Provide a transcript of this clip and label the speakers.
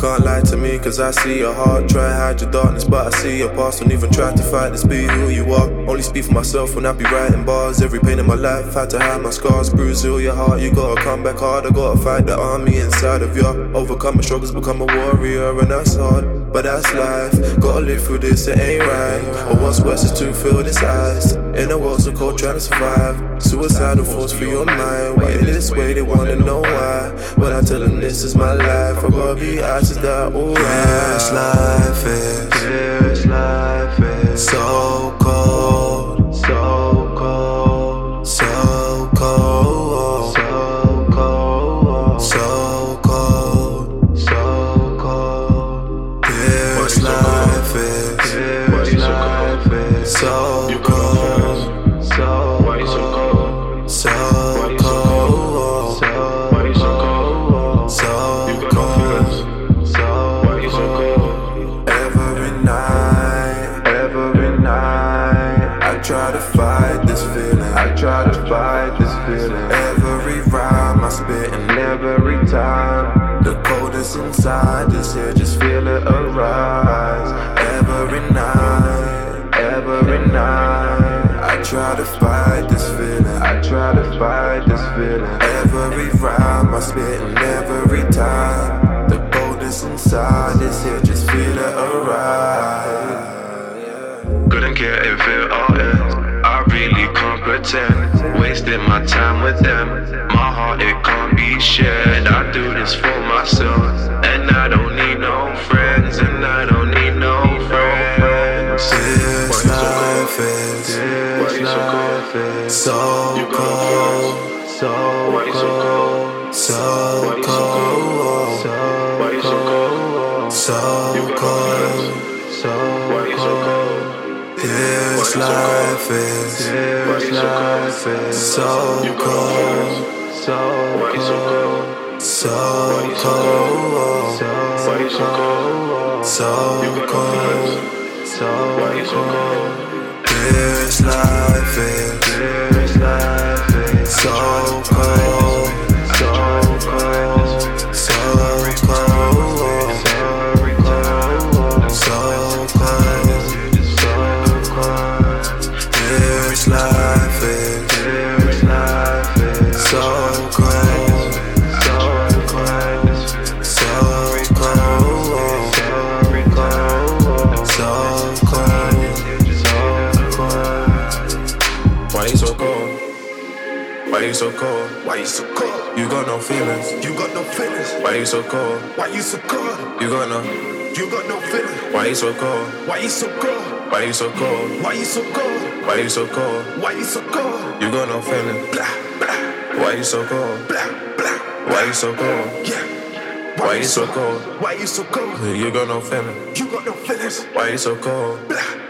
Speaker 1: Can't lie to me, cause I see your heart. Try hide your darkness, but I see your past. Don't even try to fight this, be who you are. Only speak for myself when I be writing bars. Every pain in my life, had to hide my scars. Brazil, your heart, you gotta come back hard. I gotta fight the army inside of you. Overcome my struggles, become a warrior, and that's hard. But that's life. Gotta live through this, it ain't right. Or what's worse is to feel this eyes. In a world so cold, trying to survive. Suicidal thoughts for your mind. Why it this way, they wanna know why. But I tell them this is my life. I gotta be I just die. Ooh,
Speaker 2: This life is
Speaker 1: This life is
Speaker 2: so cold,
Speaker 1: so cold,
Speaker 2: so cold,
Speaker 1: so cold,
Speaker 2: so cold.
Speaker 1: so cold.
Speaker 2: This life is
Speaker 1: This life is
Speaker 2: so cold,
Speaker 1: so cold,
Speaker 2: so cold, so cold. Every night, every night, I try to fight this feeling. I try to fight this feeling. Every rhyme I spit and every time, the coldest inside is here. Just feel it arise. Every night, every night, I try to fight this feeling. I try to fight this feeling. Every rhyme I spit and every time, the coldest inside is here. Just feel it arise.
Speaker 3: Couldn't care if it all ends. I really can't pretend. Wasting my time with them. My heart, it can't be shared. I do this for myself. And I don't need no friends. And I don't need no friends.
Speaker 2: This life is
Speaker 3: This life is
Speaker 2: so cold,
Speaker 1: so
Speaker 3: cold,
Speaker 2: so cold, so cold. This life is so cold, so cold, so cold. This life is so cold, so cold, so cold. This life is so cold, so cold, so cold.
Speaker 1: Why you so cold? Why you so cold? Why you so cold? You got no feelings. You got no feelings. Why you so cold? Why you so cold? You got no. You got no feelings. Why you so cold? Why you so cold? Why you so cold? Why you so cold? Why you so cold? Why you so cold? You got no feelings. Blah blah. Why you so cold? Blah blah. Why you so cold? Yeah. Why you so cold? Why you so cold? You got no feelings. You got no feelings. Why you so cold? Blah